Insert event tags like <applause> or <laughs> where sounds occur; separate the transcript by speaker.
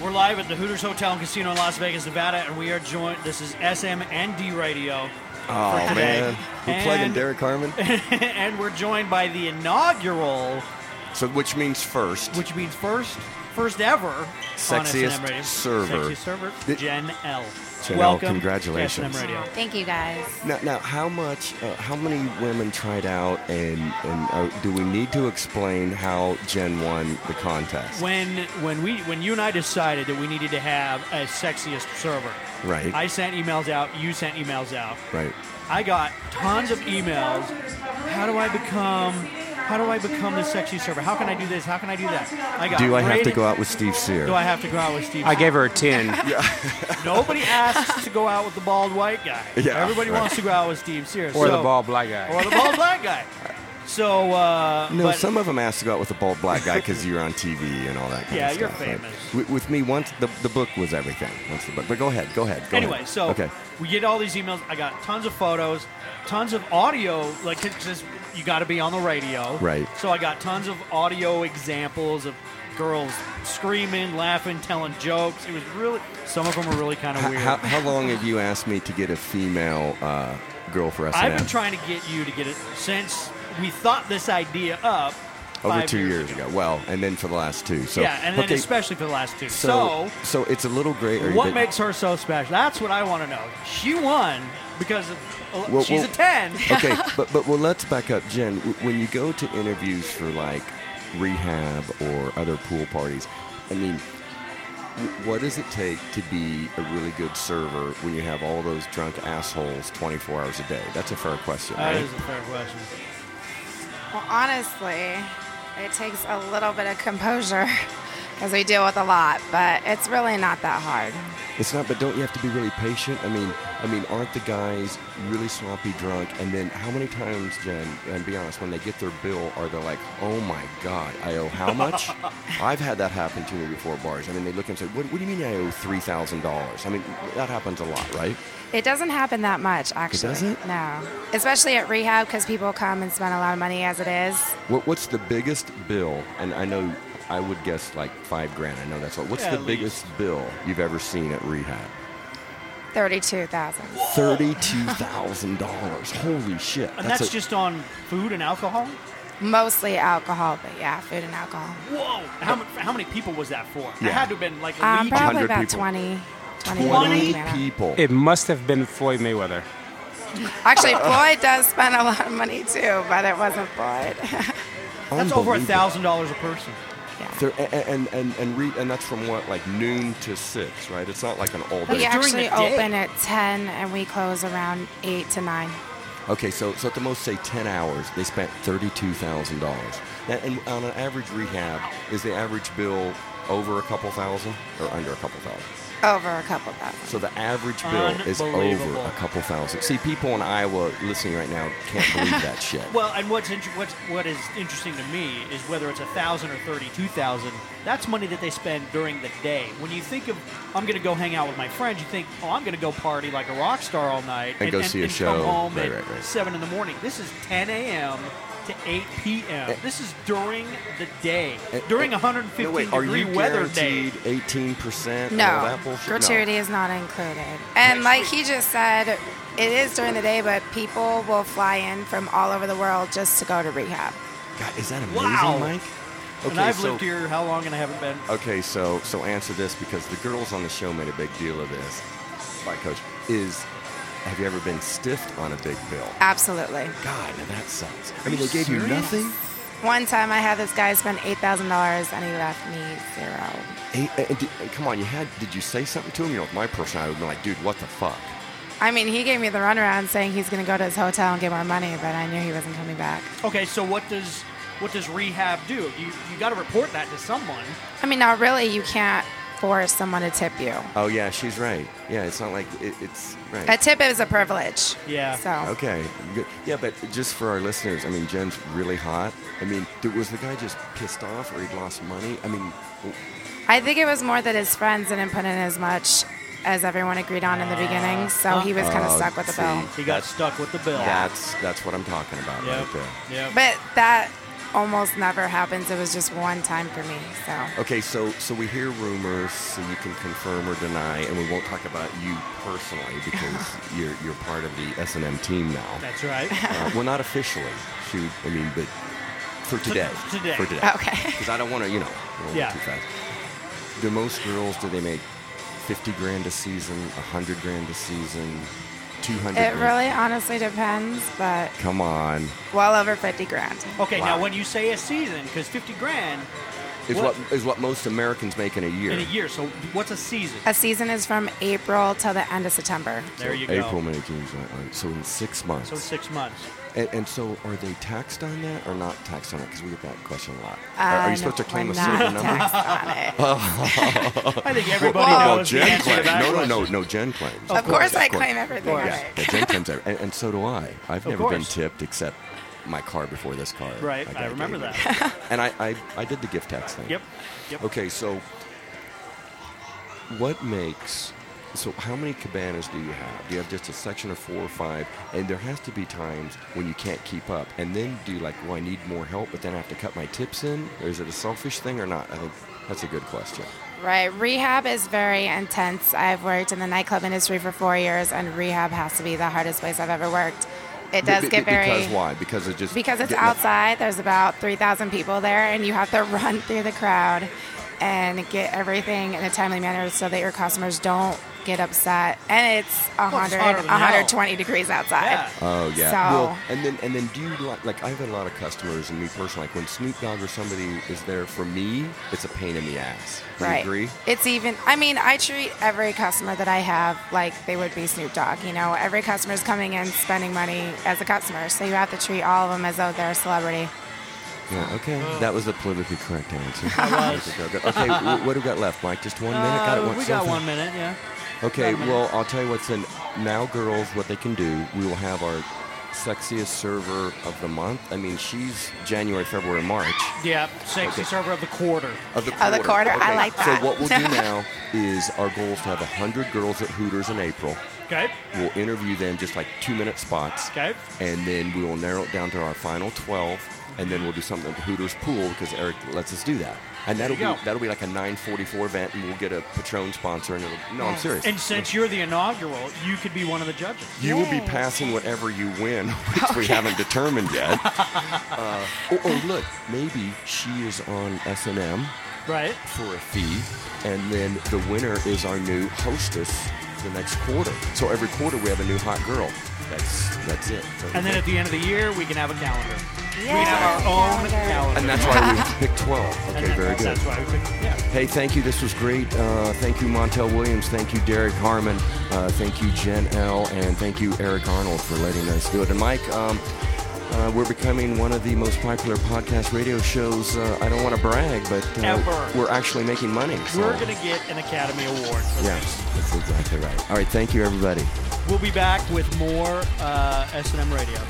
Speaker 1: We're live at the Hooters Hotel and Casino in Las Vegas, Nevada, and we are joined. This is SM and D Radio, <laughs>
Speaker 2: Oh man, we're playing
Speaker 1: And-
Speaker 2: Derek
Speaker 1: <laughs>
Speaker 2: Harmon,
Speaker 1: and we're joined by the inaugural,
Speaker 2: so which means first.
Speaker 1: which means first, first ever on
Speaker 2: Sexiest
Speaker 1: SNM Radio.
Speaker 2: server.
Speaker 1: sexiest server,
Speaker 2: It-
Speaker 1: Gen L.
Speaker 2: Gen L,
Speaker 1: Welcome,
Speaker 2: congratulations.
Speaker 1: to SNM Radio.
Speaker 3: Thank you guys.
Speaker 2: now, now, how much? Uh, how many women tried out, and and uh, do we need to explain how Jen won the contest?
Speaker 1: When when we when you and I decided that we needed to have a sexiest server,
Speaker 2: Right.
Speaker 1: I sent emails out. You sent emails out.
Speaker 2: right.
Speaker 1: I got tons of emails. How do I become? How do I become the sexy server? How can I do this? How can I do that? I got.
Speaker 2: Do I have to
Speaker 1: rated-
Speaker 2: go out with Steve Sear?
Speaker 1: Do I have to go out with Steve?
Speaker 4: I gave her a 10.
Speaker 1: Nobody asks to go out with the bald white guy.
Speaker 2: <laughs> Yeah,
Speaker 1: Everybody
Speaker 2: right.
Speaker 1: wants to go out with Steve Sears.
Speaker 4: Or the
Speaker 1: So-
Speaker 4: bald black guy.
Speaker 1: Or the bald black guy. So, uh,
Speaker 2: no,
Speaker 1: but
Speaker 2: some of them asked to go out with the bald black guy because you're on TV and all that kind
Speaker 1: Yeah,
Speaker 2: of
Speaker 1: you're
Speaker 2: stuff.
Speaker 1: famous.
Speaker 2: With, with me, once the, the book was everything. Once the book, but go ahead, go ahead. Go
Speaker 1: anyway,
Speaker 2: ahead.
Speaker 1: so
Speaker 2: okay,
Speaker 1: we get all these emails. I got tons of photos, tons of audio. Like, because you got to be on the radio,
Speaker 2: Right.
Speaker 1: So I got tons of audio examples of girls screaming, laughing, telling jokes. It was really some of them were really kind of
Speaker 2: how,
Speaker 1: weird.
Speaker 2: how, how long have you asked me to get a female uh, girl for us?
Speaker 1: I've been trying to get you to get it since we thought this idea up
Speaker 2: over
Speaker 1: five
Speaker 2: two years ago. Well, and then for the last two. So
Speaker 1: yeah, and then
Speaker 2: okay,
Speaker 1: especially for the last two. So,
Speaker 2: so, so it's a little gray area.
Speaker 1: what
Speaker 2: that-
Speaker 1: makes <laughs> her so special? That's what I want to know. She won because of, oh,
Speaker 2: Well,
Speaker 1: she's
Speaker 2: well-
Speaker 1: a ten.
Speaker 2: okay, but but well, let's back up, Jen. W- When you go to interviews for like rehab or other pool parties, I mean, w- what does it take to be a really good server when you have all those drunk assholes 24 hours a day? That's a fair question,
Speaker 1: That
Speaker 2: right?
Speaker 1: is a fair question.
Speaker 3: Well, honestly, it takes a little bit of composure <laughs> because we deal with a lot, but it's really not that hard.
Speaker 2: It's not, but don't you have to be really patient? I mean, I mean, aren't the guys really sloppy drunk? And then how many times, Jen, and be honest, when they get their bill, are they like, oh my God, I owe how
Speaker 1: <laughs>
Speaker 2: much? I've had that happen to me before bars. I mean, they look and say, what, what do you mean I owe $3,000? I mean, that happens a lot, right?
Speaker 3: It doesn't happen that much, actually.
Speaker 2: doesn't?
Speaker 3: No. Especially at rehab because people come and spend a lot of money as it is.
Speaker 2: What, what's the biggest bill? And I know, I would guess like five grand. I know that's a lot. What's
Speaker 1: Yeah,
Speaker 2: the
Speaker 1: at
Speaker 2: biggest bill you've ever seen at rehab?
Speaker 3: 32000
Speaker 2: $32,000. Holy shit.
Speaker 1: And that's,
Speaker 2: a-
Speaker 1: just on food and alcohol.
Speaker 3: Mostly alcohol, but yeah, food and alcohol.
Speaker 1: Whoa! How, mu- how many people was that for? It
Speaker 2: Yeah.
Speaker 1: had to have been like a
Speaker 3: Um,
Speaker 1: legion.
Speaker 3: probably
Speaker 2: 100
Speaker 3: about
Speaker 2: people.
Speaker 3: 20. 20,
Speaker 2: 20
Speaker 3: something like that.
Speaker 2: people.
Speaker 4: It must have been Floyd Mayweather.
Speaker 3: Actually, Floyd does spend a lot of money too, but it wasn't Floyd.
Speaker 1: That's over a
Speaker 2: Unbelievable.
Speaker 1: thousand dollars a person.
Speaker 3: yeah.
Speaker 2: There- a- a- and and and re, and that's from what like noon to six, right? It's not like an all day.
Speaker 3: We
Speaker 1: Yeah. during the
Speaker 3: actually
Speaker 1: day.
Speaker 3: open at 10 and we close around 8 to 9.
Speaker 2: Okay, so so at the most say ten hours, they spent thirty two thousand dollars. And on an average rehab, is the average bill over a couple thousand or under a couple thousand?
Speaker 3: Over a couple thousand.
Speaker 2: So the average bill is over
Speaker 1: Unbelievable.
Speaker 2: a couple thousand. See, people in Iowa listening right now can't
Speaker 1: <laughs>
Speaker 2: believe that shit.
Speaker 1: Well, and what's inter- what's what is interesting to me is whether it's a thousand or thirty-two thousand. That's money that they spend during the day. When you think of, I'm going to go hang out with my friends, you think, oh, I'm going to go party like a rock star all night
Speaker 2: And go see a show.
Speaker 1: Come home
Speaker 2: Right,
Speaker 1: at
Speaker 2: right, right.
Speaker 1: seven in the morning. This is 10 a.m. to 8 p.m. This is during the day, during 115
Speaker 2: Eh. No, Eh, wait, are
Speaker 1: degree
Speaker 2: you
Speaker 1: weather day.
Speaker 2: guaranteed eighteen percent? all
Speaker 3: No,
Speaker 2: that bullshit?
Speaker 3: gratuity is not included. And like he just said, it is during the day, but people will fly in from all over the world just to go to rehab.
Speaker 2: God, is that amazing,
Speaker 1: Wow.
Speaker 2: Mike? Okay,
Speaker 1: and I've
Speaker 2: so-
Speaker 1: lived here how long and I haven't been.
Speaker 2: Okay, so so answer this because the girls on the show made a big deal of this. By coach is, have you ever been stiffed on a big bill?
Speaker 3: Absolutely.
Speaker 2: God, now that sucks. I mean, they gave you nothing.
Speaker 3: One time I had this guy spend $8,000 and he left me zero.
Speaker 2: Hey, uh, did- uh, come on, you had. Did you say something to him? You know, with my person, I would have been like, dude, what the fuck?
Speaker 3: I mean, he gave me the runaround saying he's going to go to his hotel and get more money, but I knew he wasn't coming back.
Speaker 1: Okay, so what does what does rehab do? You you got to report that to someone.
Speaker 3: I mean, now really, you can't force someone to tip you.
Speaker 2: Oh yeah, she's right. Yeah, it's not like it, it's right.
Speaker 3: A tip is a privilege.
Speaker 1: Yeah.
Speaker 3: So
Speaker 2: Okay. Good. Yeah, but just for our listeners, I mean, Jen's really hot. I mean, th- was the guy just pissed off or he lost money? I mean, w-
Speaker 3: I think it was more that his friends didn't put in as much as everyone agreed on in the beginning, so he was kind of
Speaker 2: Oh,
Speaker 3: stuck with the
Speaker 2: see.
Speaker 3: bill.
Speaker 1: He got stuck with the bill.
Speaker 2: That's that's what I'm talking about right there.
Speaker 1: Yep.
Speaker 3: But that almost never happens. It was just one time for me. So
Speaker 2: Okay, so so we hear rumors, so you can confirm or deny, and we won't talk about you personally because
Speaker 1: <laughs>
Speaker 2: you're you're part of the S and M team now.
Speaker 1: That's <laughs> right.
Speaker 2: Uh, well, not officially. Shoot, I mean, but for today,
Speaker 1: today.
Speaker 2: for today, <laughs>
Speaker 3: okay.
Speaker 2: because I don't want to, you know, I don't wanna go
Speaker 1: Yeah.
Speaker 2: too fast. Do most girls do they make fifty grand a season, hundred grand a season, two hundred?
Speaker 3: It really honestly depends, but
Speaker 2: Come on,
Speaker 3: well over 50 grand.
Speaker 1: Okay, now
Speaker 2: Wow.
Speaker 1: when you say a season, because 50 grand
Speaker 2: is
Speaker 1: What-
Speaker 2: what is what most Americans make in a year.
Speaker 1: in a year, so what's a season?
Speaker 3: A season is from April till the end of September.
Speaker 1: There you go.
Speaker 2: April, May, June, July. August. So in six months.
Speaker 1: So six months.
Speaker 2: And, and so, are they taxed on that or not taxed on it? Because we get that question a lot.
Speaker 3: Uh,
Speaker 2: are, are you
Speaker 3: no,
Speaker 2: supposed to claim
Speaker 3: we're
Speaker 2: a
Speaker 3: not
Speaker 2: certain number?
Speaker 1: <laughs>
Speaker 3: taxed on
Speaker 2: <laughs>
Speaker 3: it.
Speaker 1: I think everybody
Speaker 3: well,
Speaker 1: knows the
Speaker 2: Jen
Speaker 1: Oh, answer to
Speaker 2: claims.
Speaker 1: that
Speaker 2: No, no,
Speaker 1: question.
Speaker 2: no, no. Jen claims.
Speaker 3: Of course, I
Speaker 2: of course.
Speaker 3: claim everything
Speaker 1: course.
Speaker 3: I
Speaker 2: Yeah,
Speaker 3: make.
Speaker 2: yeah, Jen claims every, and, and so do I. I've never been
Speaker 1: course.
Speaker 2: tipped except my car before this car.
Speaker 1: Right,
Speaker 2: Like,
Speaker 1: I remember
Speaker 2: gave
Speaker 1: that.
Speaker 2: it. and I, I, I did the gift tax thing.
Speaker 1: Yep. Yep.
Speaker 2: Okay, so what makes so how many cabanas do you have? Do you have just a section of four or five? And there has to be times when you can't keep up. And then do you like, well, I need more help, but then I have to cut my tips in? Or is it a selfish thing or not? I think that's a good question.
Speaker 3: Right. Rehab is very intense. I've worked in the nightclub industry for four years, and rehab has to be the hardest place I've ever worked. It does
Speaker 2: Be- be-
Speaker 3: get very.
Speaker 2: Because why? Because it just
Speaker 3: Because it's
Speaker 2: getting up-
Speaker 3: outside, there's about 3,000 people there, and you have to <laughs> run through the crowd and get everything in a timely manner so that your customers don't get upset. And it's 100,
Speaker 1: hotter than hell.
Speaker 3: 120 degrees outside.
Speaker 1: Yeah.
Speaker 2: Oh yeah.
Speaker 3: So-
Speaker 2: Well, and then and then do you like like I've had a lot of customers and me personally like when Snoop Dogg or somebody is there for me, it's a pain in the ass. Do
Speaker 3: right.
Speaker 2: you agree?
Speaker 3: It's even, I mean, I treat every customer that I have like they would be Snoop Dogg. You know, every customer is coming in spending money as a customer, so you have to treat all of them as though they're a celebrity.
Speaker 1: <gasps>
Speaker 2: Yeah, okay. That was a politically correct answer.
Speaker 1: <laughs> was.
Speaker 2: okay, wh- what do we got left, Mike? Just one minute? got it,
Speaker 1: Uh,
Speaker 2: one,
Speaker 1: we got
Speaker 2: something?
Speaker 1: one minute, yeah.
Speaker 2: Okay,
Speaker 1: got a minute.
Speaker 2: well, I'll tell you what's in now, girls, what they can do. We will have our sexiest server of the month. I mean, she's January, February, March.
Speaker 1: Yeah, sexy server of the quarter.
Speaker 2: Of the
Speaker 3: Of
Speaker 2: quarter.
Speaker 3: the quarter, I like that.
Speaker 2: So, what we'll do
Speaker 3: <laughs>
Speaker 2: now is our goal is to have 100 girls at Hooters in April.
Speaker 1: Okay,
Speaker 2: We'll interview them just like two minute spots.
Speaker 1: okay.
Speaker 2: and then we will narrow it down to our final 12 and then we'll do something at the Hooters pool because Eric lets us do that. And that'll be
Speaker 1: you go.
Speaker 2: that'll be like a 944 event and we'll get a Patron sponsor and it'll No, I'm
Speaker 3: Nice.
Speaker 2: serious.
Speaker 1: And since you're the inaugural, you could be one of the judges.
Speaker 2: you will be
Speaker 3: Yay.
Speaker 2: passing whatever you win, <laughs> which we haven't determined
Speaker 1: <laughs>
Speaker 2: yet. Uh, or, or look, maybe she is on S&M
Speaker 1: Right?
Speaker 2: for a fee, and then the winner is our new hostess the next quarter. So every quarter we have a new hot girl. That's that's it.
Speaker 1: And then at the end of the year, we can have a calendar. We
Speaker 3: Yeah,
Speaker 1: can have our own
Speaker 3: calendar.
Speaker 1: calendar.
Speaker 2: And that's why we picked 12. Okay,
Speaker 1: And that-
Speaker 2: very good.
Speaker 1: That's why we picked, yeah.
Speaker 2: Hey, thank you. This was great. Uh, thank you, Montel Williams. Thank you, Derek Harmon. Uh, thank you, Jen L. And thank you, Eric Arnold, for letting us do it. And Mike, um, uh, we're becoming one of the most popular podcast radio shows. Uh, I don't want to brag, but uh,
Speaker 1: Ever.
Speaker 2: we're actually making money. So.
Speaker 1: We're going to get an Academy Award. For
Speaker 2: Yes, that's exactly right. All right, thank you, everybody.
Speaker 1: that. We'll be back with more uh, S&M Radio.